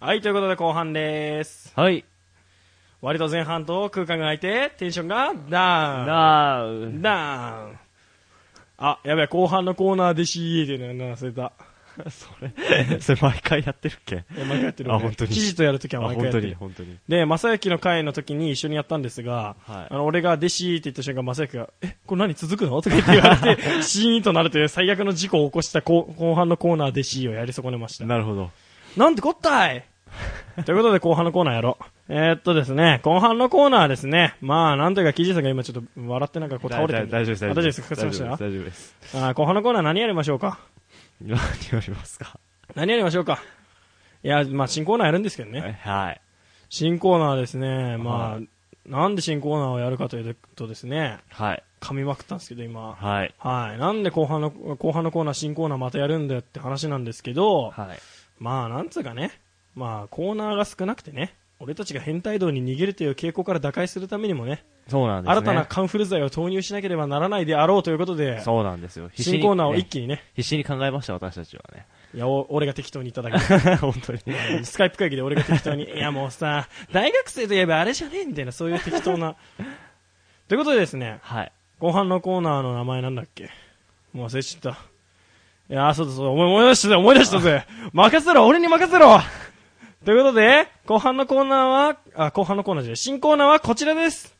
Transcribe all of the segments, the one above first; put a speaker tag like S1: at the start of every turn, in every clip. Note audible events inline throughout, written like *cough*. S1: はい、ということで後半です。
S2: はい。
S1: 割と前半と空間が空いて、テンションがダ
S2: なあ、
S1: ウン。ダウン。あ、やべえ、後半のコーナーで CA っていうのが忘れた。
S2: それ、 *laughs* それ毎回やってるっけ
S1: え毎回やってる、ね。
S2: あ本当に
S1: 記事とやるとき
S2: あ、
S1: は毎回やっ
S2: 本当
S1: て
S2: に、
S1: る。
S2: 本当に。
S1: で、正幸の会の時に一緒にやったんですが、
S2: はい
S1: あの俺が弟子って言った瞬間、正幸が、え、これ何続くのとか言って言われて、シーンとなるという最悪の事故を起こした後後半のコーナー弟子をやり損ねました。
S2: なるほど。
S1: なんてこったいということで後半のコーナーやろう。えー、っとですね、後半のコーナーはですね、まあなんというか、記事さんが今ちょっと笑ってなんかこう倒れて
S2: だ
S1: る
S2: いだい大丈夫です、
S1: あ
S2: 大
S1: 大
S2: 丈
S1: 丈夫
S2: 夫で。
S1: ですすかすいません
S2: 大丈夫大丈夫です。 *laughs*
S1: あー後半のコーナー何やりましょうか
S2: 何言われますか
S1: 何やりましょうかいや、まあ新コーナーやるんですけどね。
S2: はい。
S1: 新コーナーですね、ま
S2: は
S1: あ、なんで新コーナーをやるかというとですね、
S2: はい。
S1: 噛みまくったんですけど今。
S2: はい。
S1: はい。なんで後半の、後半のコーナー、新コーナーまたやるんだよって話なんですけど、
S2: はい。
S1: まあ、なんつうかね、まあ、コーナーが少なくてね、俺たちが変態道に逃げるという傾向から打開するためにもね、
S2: そうなんですね。
S1: 新たなカンフル剤を投入しなければならないであろうということで、
S2: そうなんですよ。必死に
S1: 新コーナーを
S2: ね
S1: 一気にね、
S2: 必死に考えました、私たちはね。
S1: いや、お俺が適当にいただけ
S2: *laughs* 本当に。
S1: スカイプ会議で俺が適当に、いやもうさ、大学生といえばあれじゃねえみたいな、そういう適当な。ということでですね、
S2: はい。
S1: 後半のコーナーの名前なんだっけもう忘れちゃった。いやー、そうだそうだ、思い思い出したぜ、思い出したぜ。 *laughs* 任せろ、俺に任せろということで、後半のコーナーは、あ、後半のコーナーじゃない、新コーナーはこちらです。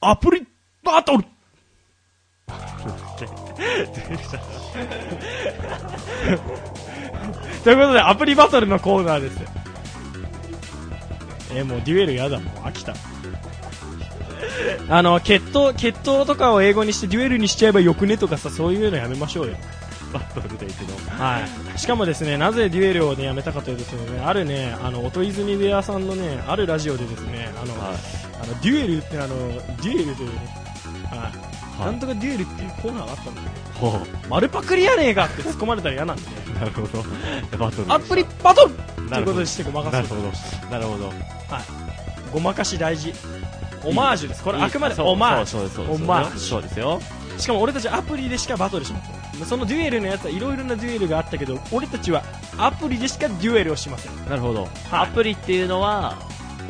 S1: アプリバトル *laughs* ということで、アプリバトルのコーナーです。えーもうデュエルやだ、もう飽きた。あの、決闘、決闘とかを英語にしてデュエルにしちゃえばよくねとかさ、そういうのやめましょうよ。
S2: バトルでいくの。
S1: はい。しかもですね、なぜデュエルをね、やめたかというとですね、あるね、あの、音泉部屋さんのね、あるラジオでですね、あの、
S2: はい
S1: あのデュエルってあの、デュエルというね、はい。
S2: はい
S1: なんとかデュエルっていうコーナーがあったんだけど、
S2: ほう。
S1: 丸パクリやねえかって突っ込まれたら嫌なんで、
S2: なるほど。バトル。
S1: アプリバトルと
S2: ない
S1: うこ
S2: るほど
S1: とでしてごまか
S2: な
S1: そう
S2: る
S1: と
S2: ほど。なるほど。
S1: ごまかし大事オマージュですこれあくまで
S2: そう
S1: オマージ
S2: そうですそう
S1: ュ
S2: です
S1: オマージ
S2: そうですよ。
S1: ュしかも俺たちアプリでしかバトルしませんそのデュエルのやつはいろいろなデュエルがあったけど俺たちはアプリでしかデュエルをしません
S2: なるほど。
S1: は
S2: ア
S1: い
S2: プリっていうのは、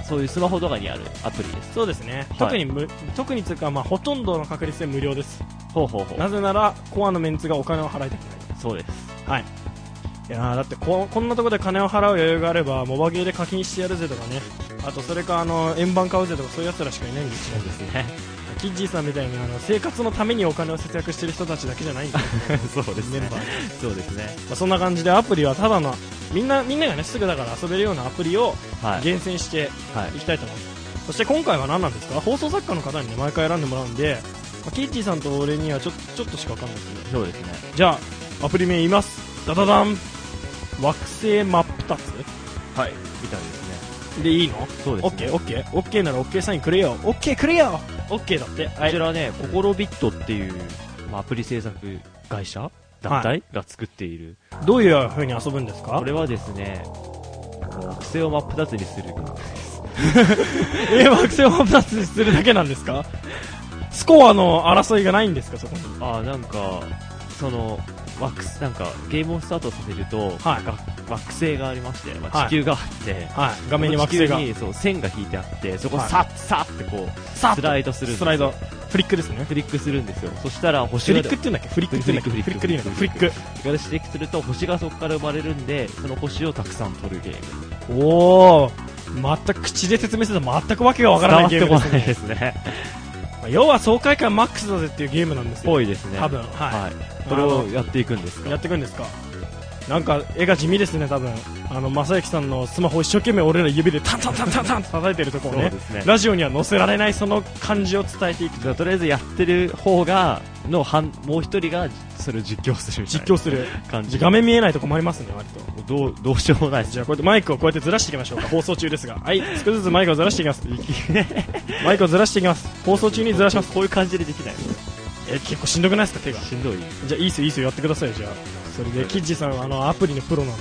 S2: そういうスマホとかにあるアプリです。
S1: そうですね、
S2: はい
S1: 特にむ特にというか、まあ、ほとんどの確率で無料です
S2: ほうほうほう。
S1: なぜならコアのメンツがお金を払いたくない
S2: そうです。
S1: はいいやーだってここんなとこで金を払う余裕があればモバゲーで課金してやるぜとかねあとそれかあの円盤買うぜとかそういうやつらしかいないんですよ
S2: ですね。
S1: キッジーさんみたいにあの生活のためにお金を節約してる人たちだけじゃないんですよ
S2: *laughs* そうです
S1: メ
S2: ね
S1: ンバー。
S2: そうですね。
S1: まあ、そんな感じでアプリはただのみんなみんながねすぐだから遊べるようなアプリを
S2: はい。
S1: 厳選して
S2: はい
S1: い。きたいと思います、そして今回は何なんですか放送作家の方にね毎回選んでもらうんで、まあ、キッチーさんと俺にはちょちょっとしか分かんないですけ
S2: そうですね。
S1: どじゃあアプリ名言いますダダダン惑星マップタツ
S2: はい。みたいですね。
S1: でいいの
S2: そうですね。
S1: オッケーオッケーオッケーならオッケーサインくれよオッケーくれよオッケーだっては
S2: こ
S1: い
S2: ちらね、ココロビットっていう、まあ、アプリ制作会社団体が作っている。
S1: どういう風に遊ぶんですか
S2: これはですね、惑星を真っ二つにする。
S1: え惑星をマップタツにするだけなんですかスコアの争いがないんですかそこに
S2: あーなんか、その、惑星、なんか、ゲームをスタートさせると、
S1: はい
S2: が惑星がありまして、ま
S1: は
S2: あ、
S1: い
S2: 地球があって、
S1: はい、画面に惑星が
S2: 地球にそう線が引いてあって、そこを
S1: はい
S2: さっさってこう、
S1: さあ
S2: スライドするんです
S1: スライドフリックですね
S2: クリックするんですよ。そしたら
S1: フ
S2: 星
S1: リ
S2: が、
S1: ックって言うんだっけフリックって言うんだっけ
S2: フ
S1: フ
S2: リ
S1: リ
S2: ッ
S1: ック
S2: クフ
S1: でい
S2: リ
S1: いのかフリ
S2: ック
S1: ック
S2: から指摘すると星がそこから生まれるんで、その星をたくさん取るゲーム。
S1: おお全く口で説明すると全くわけがわからないゲームです
S2: 伝わってこない
S1: ね
S2: ですね。
S1: まあ要は爽快感マックスだぜっていうゲームなんですよ
S2: ぽいですね。
S1: 多分は
S2: はい。これをやっていくんです
S1: いや
S2: か
S1: ってくんですかなんか絵が地味ですね多分あの正行さんのスマホを一生懸命俺ら指でタンタンタンタンタンと叩いてるとこ
S2: そ
S1: を
S2: う
S1: ね
S2: ですね。
S1: ラジオには載せられないその感じを伝えていく
S2: じゃあとりあえずやってる方が、の反、もう一人がそれを実況するみたいな
S1: 実況する
S2: 感じ。
S1: 画面見えないと困りますね割と
S2: どう、どうしようもないです
S1: じゃあこうやってマイクをこうやってずらしていきましょうか放送中ですがはい少しずつマイクをずらしていき
S2: *laughs*
S1: ますマイクをずらしていきます放送中にずらします
S2: こういう感じでできない
S1: え結構しんどくないですか手が
S2: しんどい。
S1: じゃあいいっすよいいっすよやってくださいよじゃあそれでキッジさんはあのアプリのプロなんで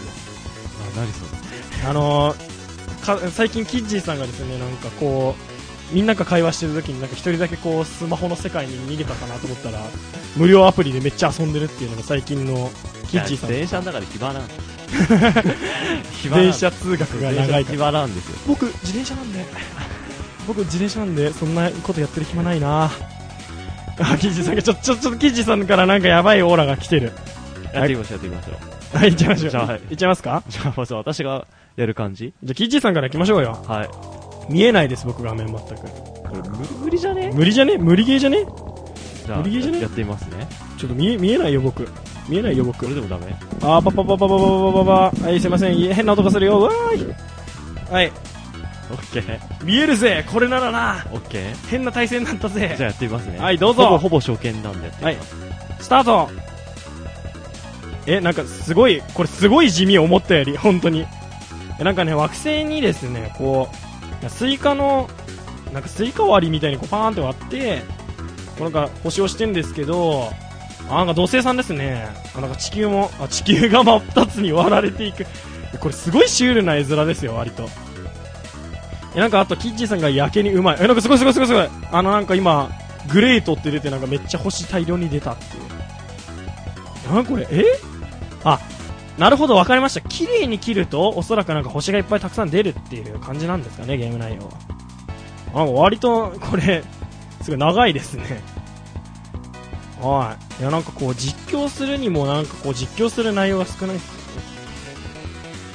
S2: あ、なにそれ。
S1: あのーか最近キッジさんがですねなんかこうみんなが会話してる時になんか一人だけこうスマホの世界に逃げたかなと思ったら無料アプリでめっちゃ遊んでるっていうのが最近のキッチーさんの
S2: 電車の中で暇
S1: *laughs*
S2: なんです暇なん
S1: 電
S2: です
S1: 車通学が長いから
S2: 暇なんですよ
S1: 僕自転車なんで僕自転車なんでそんなことやってる暇ないなあキッチーさんがちょちょちょっとキッチーさんからなんかやばいオーラが来てる
S2: やってみましょうやってみましょう
S1: はい行っちゃいましょう
S2: じゃあはい
S1: 行っちゃいますか
S2: じゃあまずは私がやる感じ
S1: じゃあキッチーさんから行きましょうよ
S2: はい
S1: 見えないです僕画面全く
S2: これ無無理じゃね
S1: 無理じゃね無理ゲーじゃね
S2: じゃあ
S1: 無理ゲーじゃね
S2: やってみますね
S1: ちょっと見え見えないよ僕見えないよ僕
S2: これでもダメ
S1: あーパパパパパパパパパはいすいませんいえ変な音がするようわーいはい
S2: オッケー
S1: 見えるぜこれならな
S2: オッケー
S1: 変な体勢になったぜ
S2: じゃあやってみますね
S1: はいどうぞ
S2: ほぼほぼ初見なんでやってみます
S1: スタートえなんかすごいこれすごい地味思ったより本当にえなんかね惑星にですねこうスイカのなんかスイカ割りみたいにこうパーンって割ってこうなんか星をしてんですけどあなんか土星さんですねあなんか地球もあ地球が真っ二つに割られていくえこれすごいシュールな絵面ですよ割とえなんかあとキッチーさんがやけにうまいえなんかすごいすごいすごいすごいあのなんか今グレートって出てなんかめっちゃ星大量に出たっていうなんこれえあなるほど分かりました綺麗に切るとおそらくなんか星がいっぱいたくさん出るっていう感じなんですかねゲーム内容はあ割とこれすごい長いですねはいいやなんかこう実況するにもなんかこう実況する内容が少ないっすね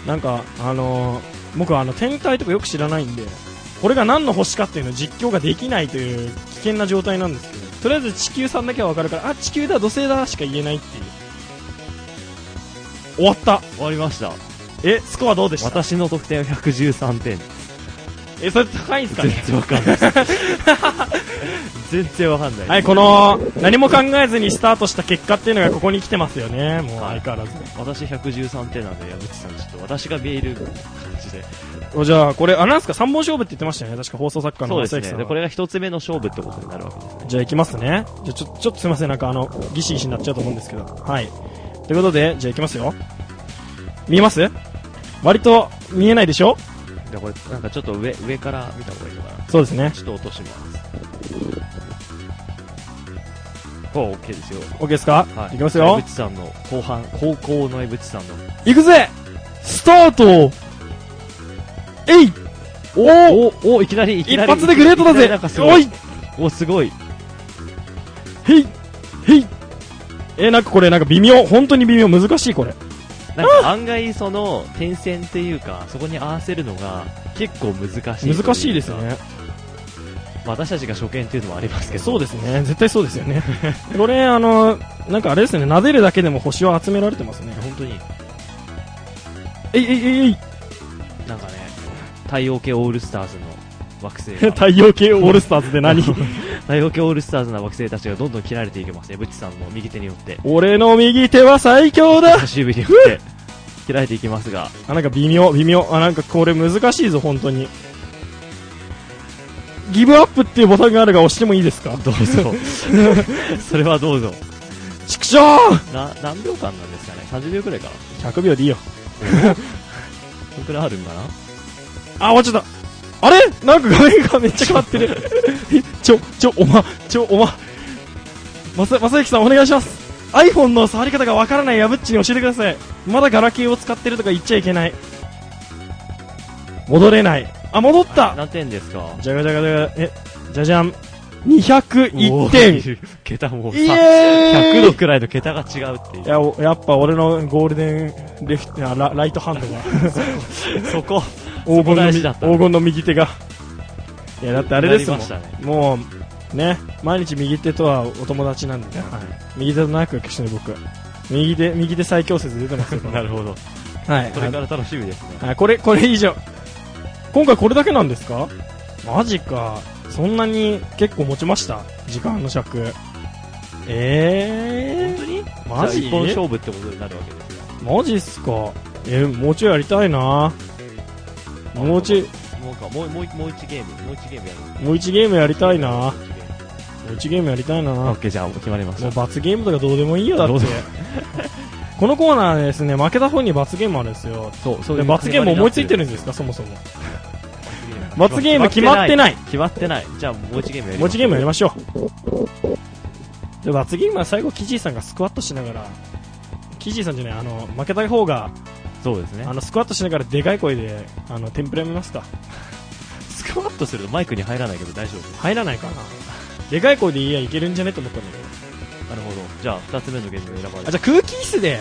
S1: なんかあのー僕はあの天体とかよく知らないんでこれが何の星かっていうのを実況ができないという危険な状態なんですけどとりあえず地球さんだけは分かるからあ地球だ土星だしか言えないっていう終わった
S2: 終わりました
S1: えスコアどうでした
S2: 私の得点は113点
S1: えそれ高いんすか
S2: 全
S1: ね
S2: 然わかんない
S1: *laughs*
S2: 全然わかんない、
S1: はいこの何も考えずにスタートした結果っていうのがここに来てますよねもう相変わらず、
S2: 私113点なんで矢口さんちょっと私が見える感じで
S1: おじゃあこれあなんすか3本勝負って言ってましたよね確か放送作家の
S2: そうで
S1: 正
S2: す
S1: 行さ
S2: ね
S1: ん
S2: で
S1: は
S2: これが一つ目の勝負ってことになるわけですね
S1: じゃあ行きますね。じゃあちょ、ちょっとすいません、なんかあの、ギシギシになっちゃうと思うんですけど。はい。ということで、じゃあ行きますよ。見えます割と見えないでしょ
S2: じゃあこれなんかちょっと上上から見た方がいいのかな
S1: そうですね。
S2: ちょっと落としますお OK ですよ
S1: OK ですか、
S2: はい
S1: 行きます
S2: じゃあ
S1: よ
S2: 江。口さんの後半高校の江口さんの
S1: 行くぜスタートえいおお
S2: おおいきなりいき
S1: 一
S2: なり
S1: 発でグレートだ
S2: いきなり
S1: ぜ
S2: なんかすご
S1: お
S2: い
S1: い
S2: おすごい
S1: へいへいえなんかこれなんか微妙本当に微妙難しいこれ
S2: なんか案外その点線っていうかそこに合わせるのが結構難しいとうか
S1: 難しいですね
S2: まあ私たちが初見っていうのもありますけど
S1: そうですね絶対そうですよね *laughs* これあのなんかあれですね撫でるだけでも星を集められてますね
S2: 本当に
S1: えいえいえい
S2: なんかね太陽系オールスターズの惑星
S1: えい *laughs*
S2: が
S1: 太陽系オールスターズで *laughs* 何
S2: 太陽系オールスターズな惑星たちがどんどん切られていきますねブッチさんの右手によって
S1: 俺の右手は最強だ
S2: 差し指によって切られていきますが
S1: あなんか微妙微妙あなんかこれ難しいぞ本当にギブアップっていうボタンがあるが押してもいいですか
S2: どう
S1: *laughs*
S2: ぞそれはどうぞ
S1: 畜生
S2: な何秒間なんですかね30秒くらいかな
S1: 100秒でいいよ
S2: そのくらいあるんかな
S1: あ、終わっちゃった。あれなんか画面がめっちゃ変わってる。 *laughs* えちょ、ちょ、おま、ちょ、おま。まさ、まさゆきさんお願いします。iPhone の触り方がわからないやぶっちに教えてください。まだガラケーを使ってるとか言っちゃいけない。戻れない。あ、戻った
S2: 何点ですか
S1: じゃがじゃがじゃが、え、じゃじゃん。
S2: お
S1: 201点。
S2: ー桁もう
S1: イ
S2: さ
S1: エー
S2: 100
S1: イ
S2: 度くらいの桁が違うってい
S1: いや、おやっぱ俺のゴールデンレフト、あラライトハンドが。
S2: うそこ
S1: *laughs* 黄金の
S2: 大
S1: 右
S2: 事だった
S1: 黄金の右手がいやだってあれですもん
S2: なりましたね
S1: もうね毎日右手とはお友達なんでね、右手と仲良くしてる僕右手右手最強説出て
S2: *laughs*
S1: ますよ
S2: *laughs* なるほど
S1: はい
S2: これから楽しみですね
S1: あこれこれ以上今回これだけなんですかマジかそんなに結構持ちました時間の尺え
S2: 本当に
S1: ー、マ
S2: じゃあ
S1: ジ
S2: 一本勝負ってことになるわけですね
S1: マジっすかえもうちょいやりたいなもうちょい
S2: もうかもうもうもう一ゲームもう一ゲームやる
S1: もう1ゲームやりたいな
S2: も
S1: も
S2: う一ゲーム
S1: う1ゲームやりたいな
S2: オッケーじゃあ決まりまし
S1: もう
S2: た
S1: 罰ゲームとかどうでもいいよだっ
S2: どう
S1: て
S2: で
S1: *laughs* このコーナーですね負けた方に罰ゲームあるんですよ
S2: そうそ
S1: で罰ゲーム思いついてるんですかそもそも罰ゲーム決まってない。
S2: 決まってない。じゃあ、もう一ゲームやり
S1: 持
S2: ま
S1: ち
S2: し
S1: ゲ
S2: ょう
S1: ームやりましょう。で、罰ゲームは最後、キジーさんがスクワットしながら、キジーさんじゃない、あの、負けた方が、
S2: そうですね
S1: あ。の、スクワットしながらでかい声で、あの、テンプレ見ますか。 *laughs*
S2: スクワットするとマイクに入らないけど大丈夫。
S1: 入らないかな。でかい声で言えばいけるんじゃねと思ったんだけど。
S2: なるほど。じゃあ、二つ目のゲームを選ばれ
S1: あ、
S2: て
S1: じゃあ空気椅子で、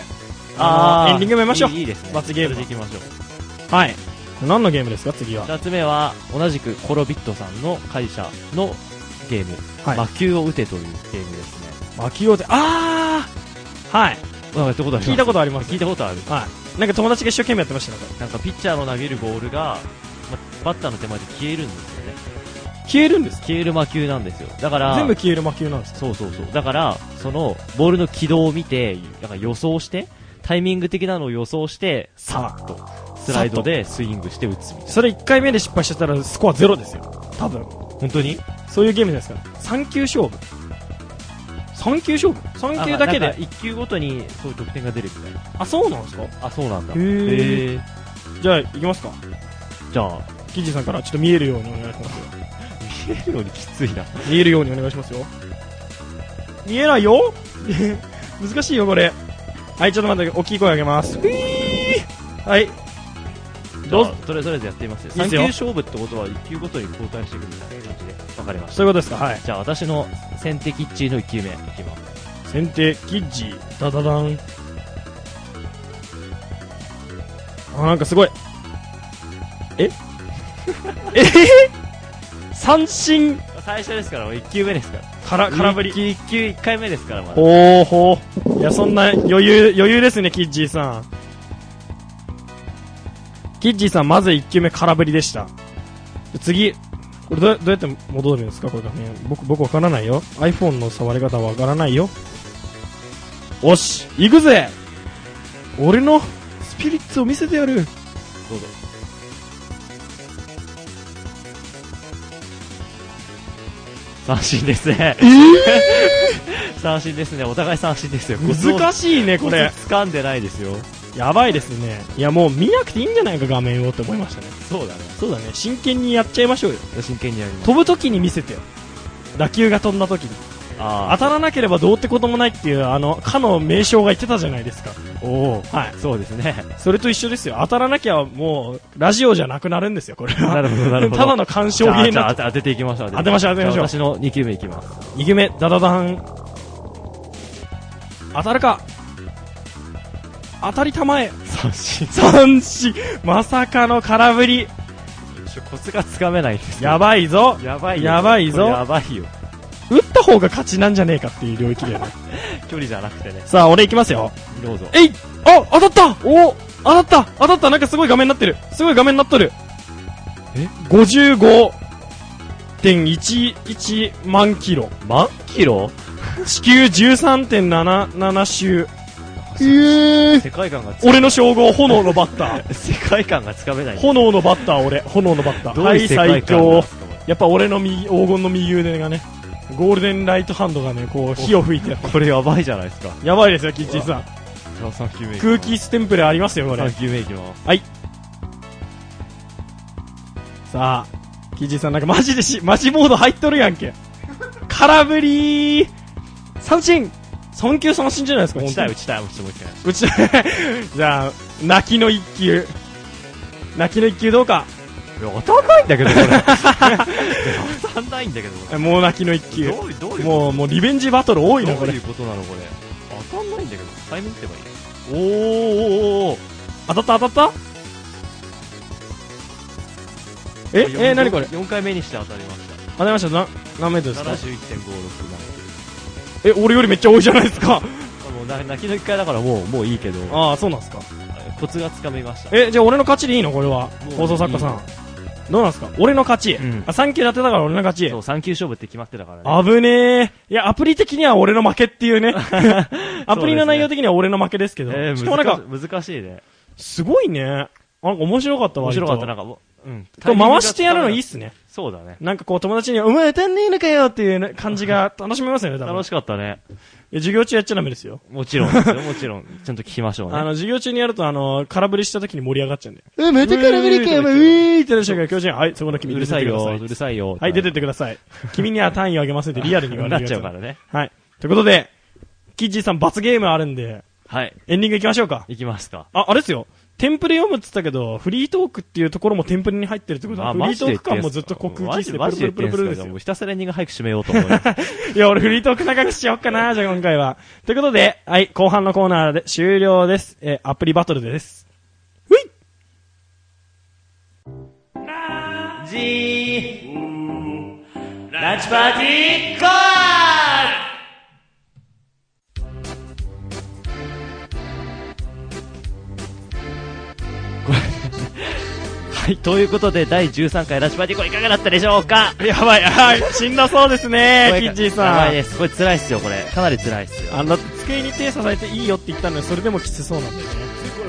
S1: あのエンディングもやりましょう
S2: いいいいですね。
S1: 罰ゲーム
S2: それでいきましょう。
S1: はい。何のゲームですか、次は。
S2: 二つ目は、同じくコロビットさんの会社のゲーム。
S1: はい
S2: 魔球を打てというゲームですね。
S1: 巻きをで、あーはい。
S2: なんかやったことあります
S1: 聞いたことあります。
S2: 聞いたことある。
S1: はい。なんか友達が一生懸命やってましたね。
S2: なんかピッチャーの投げるボールが、まバッターの手前で消えるんですよね。
S1: 消えるんですか
S2: 消える魔球なんですよ。だから、
S1: 全部消える魔球なんですか
S2: そうそうそう。だから、その、ボールの軌道を見て、なんか予想して、タイミング的なのを予想して、さっと、スライドでスイングして打つみたいな。
S1: それ1回目で失敗しちゃったらスコアゼロですよ。多分。
S2: 本当に
S1: そういうゲームじゃないですか。3球勝負。3球勝負 ?3 球だけで。
S2: 1球ごとに、そう、得点が出るみたいな。
S1: あ、そうなんですか
S2: あ、そうなんだ。
S1: へー
S2: へー
S1: じゃあ、行きますか。
S2: じゃあ、
S1: キジさんからちょっと見えるようにお願いしますよ。
S2: 見えるようにきついな。
S1: 見えるようにお願いしますよ。見えないよ *laughs* 難しいよ、これ。はい、ちょっと待って、大きい声上げます。ピーはい。どうぞ
S2: じゃあとりあえずやってみますよ。
S1: いいっ
S2: 3
S1: す
S2: 球
S1: よ
S2: 勝負ってことは、1球ごとに交代していくみたいな感じで。わかりました。
S1: そういうことですかはい。
S2: じゃあ、私の先手キッチーの1球目いきます。
S1: 先手、キッジ、ダダダン。あ、なんかすごい。え *laughs* え *laughs* 三振
S2: 最初ですから、1球目ですから。
S1: から、空振り。
S2: 1球、1回目ですから、まだ。
S1: おーほー。いや、そんな余裕、余裕ですね、キッジーさん。キッジーさん、まず1球目空振りでした。次、これどうどうやって戻るんですかこれ画面。僕、僕わからないよ。iPhone の触り方わからないよ。おし、行くぜ俺のスピリッツを見せてやる。
S2: どうぞ。三振ですね。 *laughs* 三振ですね。お互い三振ですよ。
S1: 難
S2: し
S1: しいね、これ。
S2: 掴んでないですよ。
S1: やばいですね。いや、もう見なくていいんじゃないか、画面をって思いましたね。
S2: そうだね。
S1: そうだね、真剣にやっちゃいましょうよ。
S2: 真剣にやります。
S1: 飛ぶ時に見せてよ打球が飛んだ時に当
S2: あ
S1: たらなければどうってこともないっていうあのかの名称が言ってたじゃないですか
S2: あ、おお。
S1: はい
S2: そうです *laughs* ね。
S1: それと一緒ですよ当たらなきゃもうラジオじゃなくなるんですよこれは
S2: なるほど、なるほど。
S1: ただの鑑賞
S2: じゃあ
S1: 芸
S2: じゃあ
S1: な
S2: 当て当てていきましょう。
S1: 当てましょう当てましょう
S2: じゃあ私の2球目いきます。
S1: 2球目ダダダン当たるか当たりたまえ
S2: 三振。
S1: 三振まさかの空振り
S2: コツがつかめないんですよ
S1: やばいぞ
S2: やばいよ。
S1: やばいぞ
S2: これやばいよ。
S1: 打った方が勝ちなんじゃねえかっていう領域だよね
S2: 距離じゃなくてね。
S1: さあ俺いきますよ
S2: どうぞ。
S1: えいあ当たったお当たった当たったなんかすごい画面になってるすごい画面になっとる
S2: え
S1: ?55.11 万キロ
S2: 万キロ
S1: 地球13.77周えー、
S2: 世界観がつか
S1: 俺の称号炎のバッ
S2: *laughs*
S1: ター
S2: 世界観がつかめない。
S1: 炎のバッター俺炎のバッター
S2: どういう世界観なん
S1: はい最強
S2: ですかこれ
S1: やっぱ俺の右黄金の右腕がねゴールデンライトハンドがねこう火を吹いてやる
S2: これやばいじゃないですか。
S1: やばいですよキッチンさん
S2: じゃあ3球目
S1: 空気ステンプレありますよこれ
S2: 3球目いきます。
S1: さあ、キジさんなんかマジでし、マジモード入っとるやんけ。空振りー三振三球三振じゃないですか、
S2: 打
S1: 本
S2: ちた
S1: 当
S2: い、打
S1: に。
S2: ちたい、打ちたい、もう
S1: 打
S2: 一回。
S1: ちたい。 *laughs* じゃあ、泣きの一球。泣きの一球どうか。
S2: いや、当たん *laughs* ないんだけど、これ。当たんないんだけど、こ
S1: もう泣きの一
S2: れ。
S1: 球。
S2: どういう、どういう、
S1: もう、もうリベンジバトル多いな、
S2: ど
S1: こ
S2: う
S1: れ
S2: い。うことなの、これ。当たんないんだけど、タイミング打てばいい。おーおーおーおー
S1: 当たった当たったえ、え、何これ
S2: ?4 回目にして当たりまし
S1: 当たりましたな、何メートル
S2: た。
S1: ですか
S2: 71.56
S1: え、俺よりめっちゃ多いじゃないですか。
S2: あもうな泣きの1回だからもう、もういいけど、
S1: ああ、そうなんですか。
S2: コツがつかみました。
S1: え、じゃあ俺の勝ちでいいのこれは
S2: も。う
S1: 放送作家さん。どうなんすか俺の勝ち。
S2: うん
S1: あ、3球当てたから俺の勝ち
S2: そう、。3球勝負って決まってたからね。
S1: 危ねえ。いや、アプリ的には俺の負けって
S2: *laughs*
S1: いうね。アプリの内容的には俺の負けですけど。
S2: えー
S1: しかもなんか、
S2: 難し難しいね。
S1: すごいね。なんか面白かったわ。
S2: 面白かった。な
S1: 割
S2: んか、
S1: うん。
S2: タイミング
S1: 回
S2: が
S1: してやるのいいっすね。
S2: そうだね。
S1: なんかこう友達に、お前歌んねえのかよっていう感じが楽しめますよね、多分。
S2: 楽しかったね。
S1: いや授業中やっちゃダメですよ。
S2: もちろんで
S1: *laughs*
S2: すよ、もちろん。ちゃんと聞きましょう
S1: あ
S2: ね。
S1: の、授業中にやると、あの、空振りした時に盛り上がっちゃうんで。
S2: え、め
S1: また空振りかよ、お前、う
S2: う
S1: ぃーってなる瞬間、教授に、はい、そこの君、
S2: るさい
S1: 出てってく
S2: よ、
S1: ださ
S2: うるさいよ。
S1: はい、出てってくだ
S2: *laughs*
S1: さい。君には単位をあげませんってリアルに言われ
S2: なっ
S1: るやつ
S2: ちゃうからね。
S1: はい。ということで、キッジーさん罰ゲームあるんで、
S2: はい。
S1: エンディング行きましょうか。
S2: いきますか。
S1: あ、あれですよ。テンプレ読むっつったけど、フリートークっていうところもテンプレに入ってるってことは、フリートーク感もずっと告知して、プ
S2: マ
S1: ル
S2: ジ
S1: プ
S2: で
S1: ルプルプルです
S2: も
S1: よ
S2: う。ひたすらエンディング早く締めようと思います。
S1: いや、俺フリートーク長くしよっかな、じゃあ今回は。ということで、はい、後半のコーナーで終了です。えーアプリバトルです。うい
S2: ランチパーティーゴールはい、ということで第13回ランチパーティーゴールいかがだったでしょうか
S1: やばい、はい、死んだそうですね、キッチー
S2: や
S1: さ
S2: ばい
S1: ん。
S2: です。これ辛いっすよ、これ。かなり辛いっすよ。
S1: あの、机に手支えていいよって言ったのに、それでもきつそうなんだよね。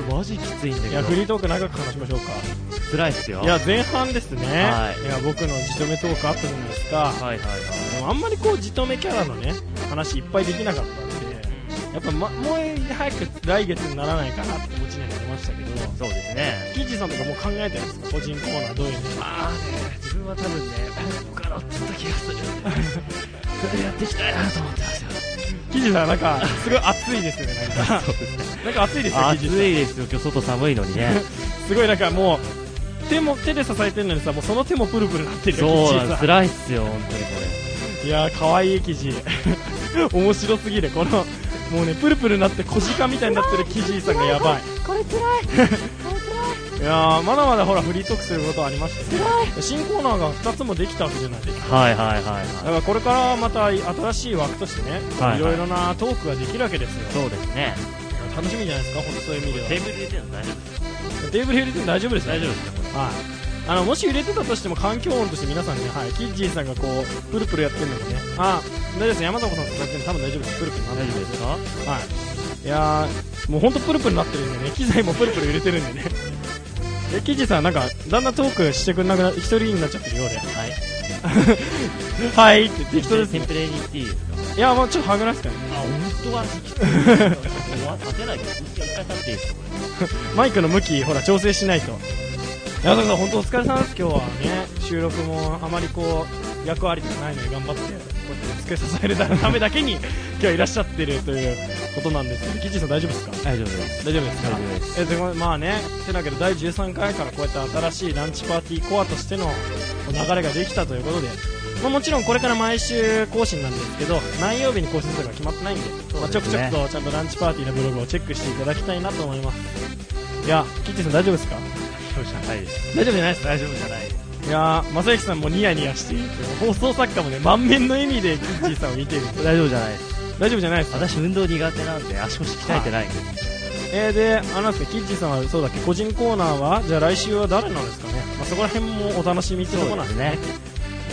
S2: これマジきついんだ
S1: いや、フリートーク長く話しましょうか。
S2: 辛いっすよ。
S1: いや、前半ですね。
S2: はい
S1: いや、僕の自止めトークあったじゃないですか。
S2: はいはいはい。
S1: でもあんまりこう、自止めキャラのね、話いっぱいできなかったんで、やっぱ、ま、もう早く来月にならないかなって気持ちにはなりましたけど、
S2: そうですね。
S1: キッチーさんとかもう考えてるんですか個人コーナーどういうの
S2: まあね、自分は多分ね、ここから落ちた気が *laughs* する。それやっていきたいなと思ってますよ。
S1: キッチーさんなんか、すごい暑いですよね、なん *laughs* か。なんか暑いですよ、キッ
S2: 暑い
S1: チーさん
S2: ですよ、今日外寒いのにね。
S1: すごいなんかもう、手も、手で支えてるのにさ、もうその手もプルプルなってるよ、キッ
S2: そ
S1: チ
S2: うなん
S1: ー
S2: で
S1: さ
S2: す、
S1: ん。
S2: 辛いっすよ、本当にこ
S1: いやー、かわいい生地。 *laughs* 面白すぎる。この、もうね、プルプルなって、小鹿みたいになってるキジーさんがやばい。
S3: これ辛いこれ
S1: いやー、まだまだほら、フリートークすることありまして、ね、新コーナーが2つもできたわけじゃないですか。
S2: れ。はいはいはい *laughs*
S1: だか
S2: は
S1: らこれからまた新しい枠としてね、
S2: はいはい
S1: いろいろなトークができるわけです
S2: い。
S1: よ。
S2: そうですね。
S1: 楽しみじゃないですか、本当そういう意味では。
S2: ーブル入れてるの大丈夫です
S1: テーブル揺れても大丈夫ですよ
S2: 大丈夫ですか
S1: はい。あの、もし揺れてたとしても環境音として皆さんね、はい、キッジーさんがこう、プルプルやってるのがね、あ、大丈夫です。山迫さんとやってるの多分大丈夫です。プルプルな
S2: 大
S1: ん
S2: 丈夫ですか
S1: はい。いやー、もうほんとプルプルになってるんでね、機材もプルプル揺れてるんでね。え、キジさんなんか、だんだんトークしてくんなくな、一人になっちゃってるよ、俺。
S2: はい。
S1: はい *laughs* って適当です
S2: テン
S1: ね。
S2: プレに行っていいですか
S1: いや、もうちょっとはぐらっすからね。
S2: あ、本当は、立てないけど、一回立っていいですか
S1: マイクの向き、ほら、調整しないと。山田さん、ほんとお疲れさんです、今日はね。収録もあまりこう、役割とかないのに頑張って、こうやって机支える *laughs* ためだけに、今日はいらっしゃってるということなんですけど、キジさん大丈夫ですか
S2: 大丈夫です。
S1: 大丈夫ですか
S2: 大丈夫です
S1: えでもまあねてなわけど第13回からこうやって新しいランチパーティーコアとしての流れができたということで、まあ、もちろんこれから毎週更新なんですけど何曜日に更新するか決まってないんでまあ、ちょくちょくとちゃんとランチパーティーのブログをチェックしていただきたいなと思いますいやキッチンさん大丈夫ですか
S2: 大丈夫じゃないです。
S1: 大丈夫じゃないです
S2: 大丈夫じゃないです。
S1: いやー正行さんもニヤニヤしていて放送作家もね満面の笑みでキッチンさんを見ている
S2: 大丈夫じゃないです。
S1: 大丈夫じゃないですか
S2: 私、運動苦手なんで、足腰鍛えてないんで。
S1: *laughs* えー、で、あれなんですか、キッチンさんはそうだっけ、個人コーナーは、じゃあ来週は誰なんですかね、まあ、そこら辺もお楽しみってとこなんで、
S2: ね。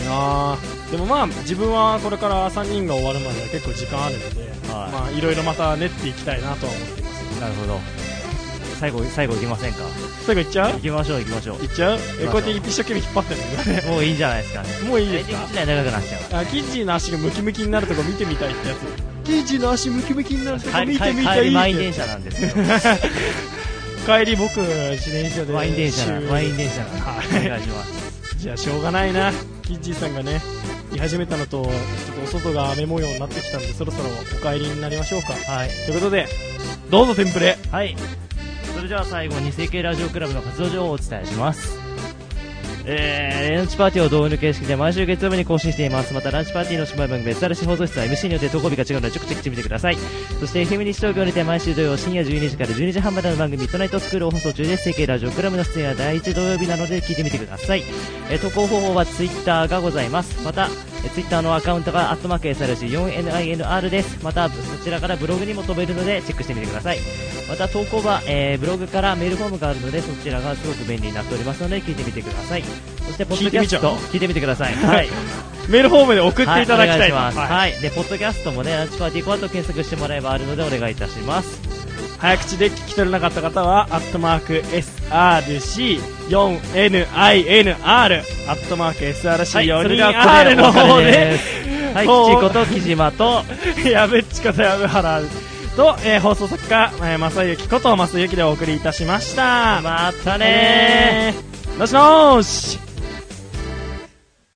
S1: いやーでもまあ、自分はこれから3人が終わるまでは結構時間あるので、
S2: は
S1: ま
S2: い
S1: あ、いろいろまた練っていきたいなとは思ってます。
S2: なるほど。最後、最後行きませんか
S1: 最後いっちゃう
S2: 行きましょう行きましょう。 *laughs*
S1: いっちゃうえ
S2: 行きましょ
S1: こ
S2: う
S1: うやって一生懸命引っ張ってるんだよね。
S2: もういいんじゃないですかね。
S1: *laughs* もういい
S2: エ
S1: で
S2: ン
S1: す
S2: ディン
S1: か
S2: グ自体長くなっちゃう
S1: あキッチンの足がムキムキになるとこ見てみたいってやつ。キッチンの足ムキムキになるとこ
S2: 帰り
S1: 見てみた
S2: 帰
S1: い
S2: り
S1: っ
S2: 満員
S1: て
S2: 電車なんですよ。
S1: *laughs* 帰り僕、自転車で。
S2: 満員電車な満員電車なんで
S1: はい
S2: お願いします。
S1: じゃあしょうがないなキッチーさんがね言い始めたのとちょっとお外が雨模様になってきたんでそろそろお帰りになりましょうか
S2: はい。
S1: ということでどうぞテンプレ
S2: はい。それでは最後に成形ラジオクラブの活動情報をお伝えします。えー、ランチパーティーを導入形式で毎週月曜日に更新しています。またランチパーティーの姉妹番組別嵐放送室は MC によって投稿日が違うのでちょくちょく見てください。そして FM 西東京にて毎週土曜深夜12時から12時半までの番組トナイトスクールを放送中です。成形ラジオクラブの出演は第1土曜日なので聞いてみてください。えー投稿方法は Twitter がございます。また、えー Twitter のアカウントがアットマーク SRC4NINR です。また、そちらからブログにも飛べるのでチェックしてみてください。また投稿は、えーブログからメールフォームがあるのでそちらがすごく便利になっておりますので聞いてみてくださいそしてポッドキャス
S1: 聞い
S2: ト
S1: てみち
S2: 聞いてみてくださいはい
S1: メールフォームで送っていただき
S2: はお
S1: た
S2: 願
S1: い
S2: します
S1: はい
S2: はい、でポッドキャストもねランチパーティーコアと検索してもらえばあるのでお願いいたします
S1: 早口で聞き取れなかった方は「アットマーク #SRC4 4NINR アットマーク SRC4NR の
S2: の
S1: 方
S2: 方
S1: で
S2: で、す。はい、吉こと木島と、
S1: *laughs* やぶっちことやぶはらと、えー放送作家、えー、正幸こと正幸でお送りいたしました。
S2: またねー。
S1: ー。どしどーし